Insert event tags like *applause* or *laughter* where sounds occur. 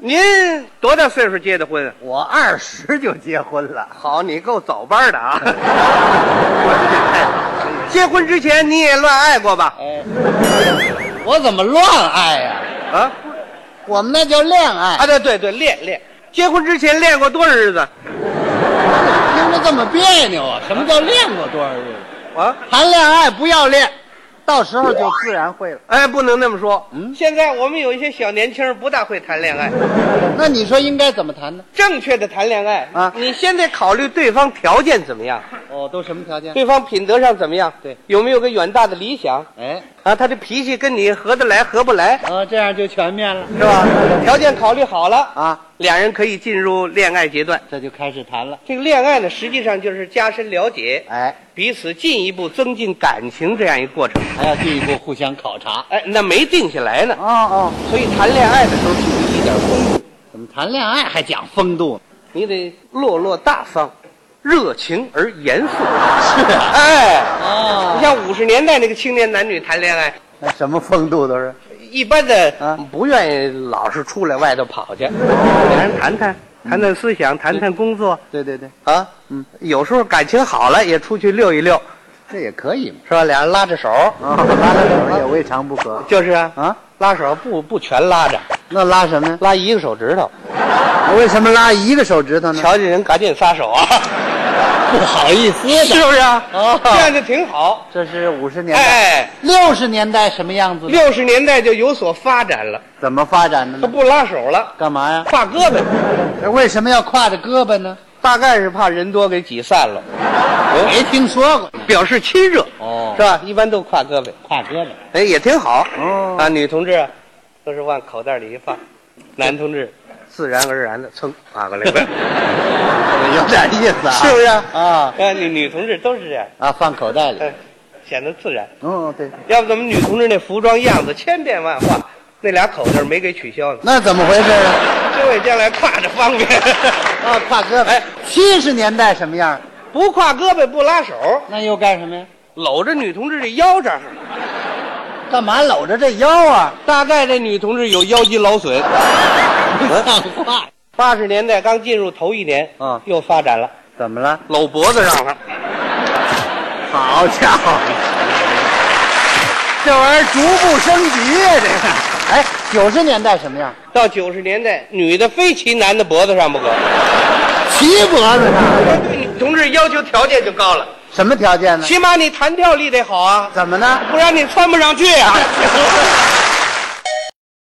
您多大岁数结的婚啊？我二十就结婚了，好，你够早班的 *laughs* 啊！结婚之前你也乱爱过吧？哦我怎么乱爱呀、啊我们那叫恋爱，啊，对对对，练练。结婚之前练过多少日子？听着这么别扭啊？什么叫练过多少日子？啊，谈恋爱不要练，到时候就自然会了。哎，不能那么说。嗯现在我们有一些小年轻人不大会谈恋爱，那你说应该怎么谈呢？正确的谈恋爱啊你先得考虑对方条件怎么样，哦，都什么条件？对方品德上怎么样，对，有没有个远大的理想哎，啊？他的脾气跟你合得来合不来哦，这样就全面了是吧？条件考虑好了，啊，俩人可以进入恋爱阶段。这就开始谈了。这个恋爱呢，实际上就是加深了解，哎，彼此进一步增进感情这样一个过程。还要进一步互相考察。哎，那没定下来呢，哦哦，所以谈恋爱的时候注意一点风度，怎么谈恋爱还讲风度？你得落落大方，热情而严肃。是啊，哎，你哦，像五十年代那个青年男女谈恋爱，那什么风度都是。一般的啊不愿意老是出来外头跑去，俩人谈谈。谈谈思想，谈谈工作对对对，啊，嗯，有时候感情好了也出去溜一溜，这也可以嘛。是吧？俩人拉着手，啊，拉拉手也未尝不可就是啊，啊。拉手不不全拉着，那拉什么呀？拉一个手指头，为什么拉一个手指头呢？瞧见人赶紧撒手啊， *laughs* 不好意思是不是啊？哦这样就挺好。这是五十年代、哎，六十年代什么样子呢？六十年代就有所发展了，怎么发展的他呢？不拉手了，干嘛呀？挎胳膊，这为什么要挎着胳膊呢？大概是怕人多给挤散了，没听说过。表示亲热，哎哦是吧？一般都挎胳膊，挎胳膊。哎，也挺好。哦啊，女同志啊，都是往口袋里一放，男同志自然而然的噌挎过来了，有点意思啊。 *laughs* 是不是啊？啊啊，女女同志都是这样，啊，放口袋里。哎，显得自然。哦，对。要不咱们女同志那服装样子千变万化，那俩口袋没给取消呢，那怎么回事啊？这位将来挎着方便。 *laughs* 啊，挎胳膊哎。七十年代什么样？不挎胳膊不拉手，那又干什么呀？搂着女同志的腰这儿，干嘛搂着这腰啊？大概这女同志有腰肌劳损。 *laughs* 像话。八十年代刚进入头一年，嗯又发展了，怎么了？啊搂脖子上了，好家伙，这玩意儿逐步升级呀、这个。哎，九十年代什么样？到九十年代，女的非骑男的脖子上不可。齐脖子上，对女同志要求条件就高了，什么条件呢？起码你弹跳力得好啊，怎么呢？不然你穿不上去啊。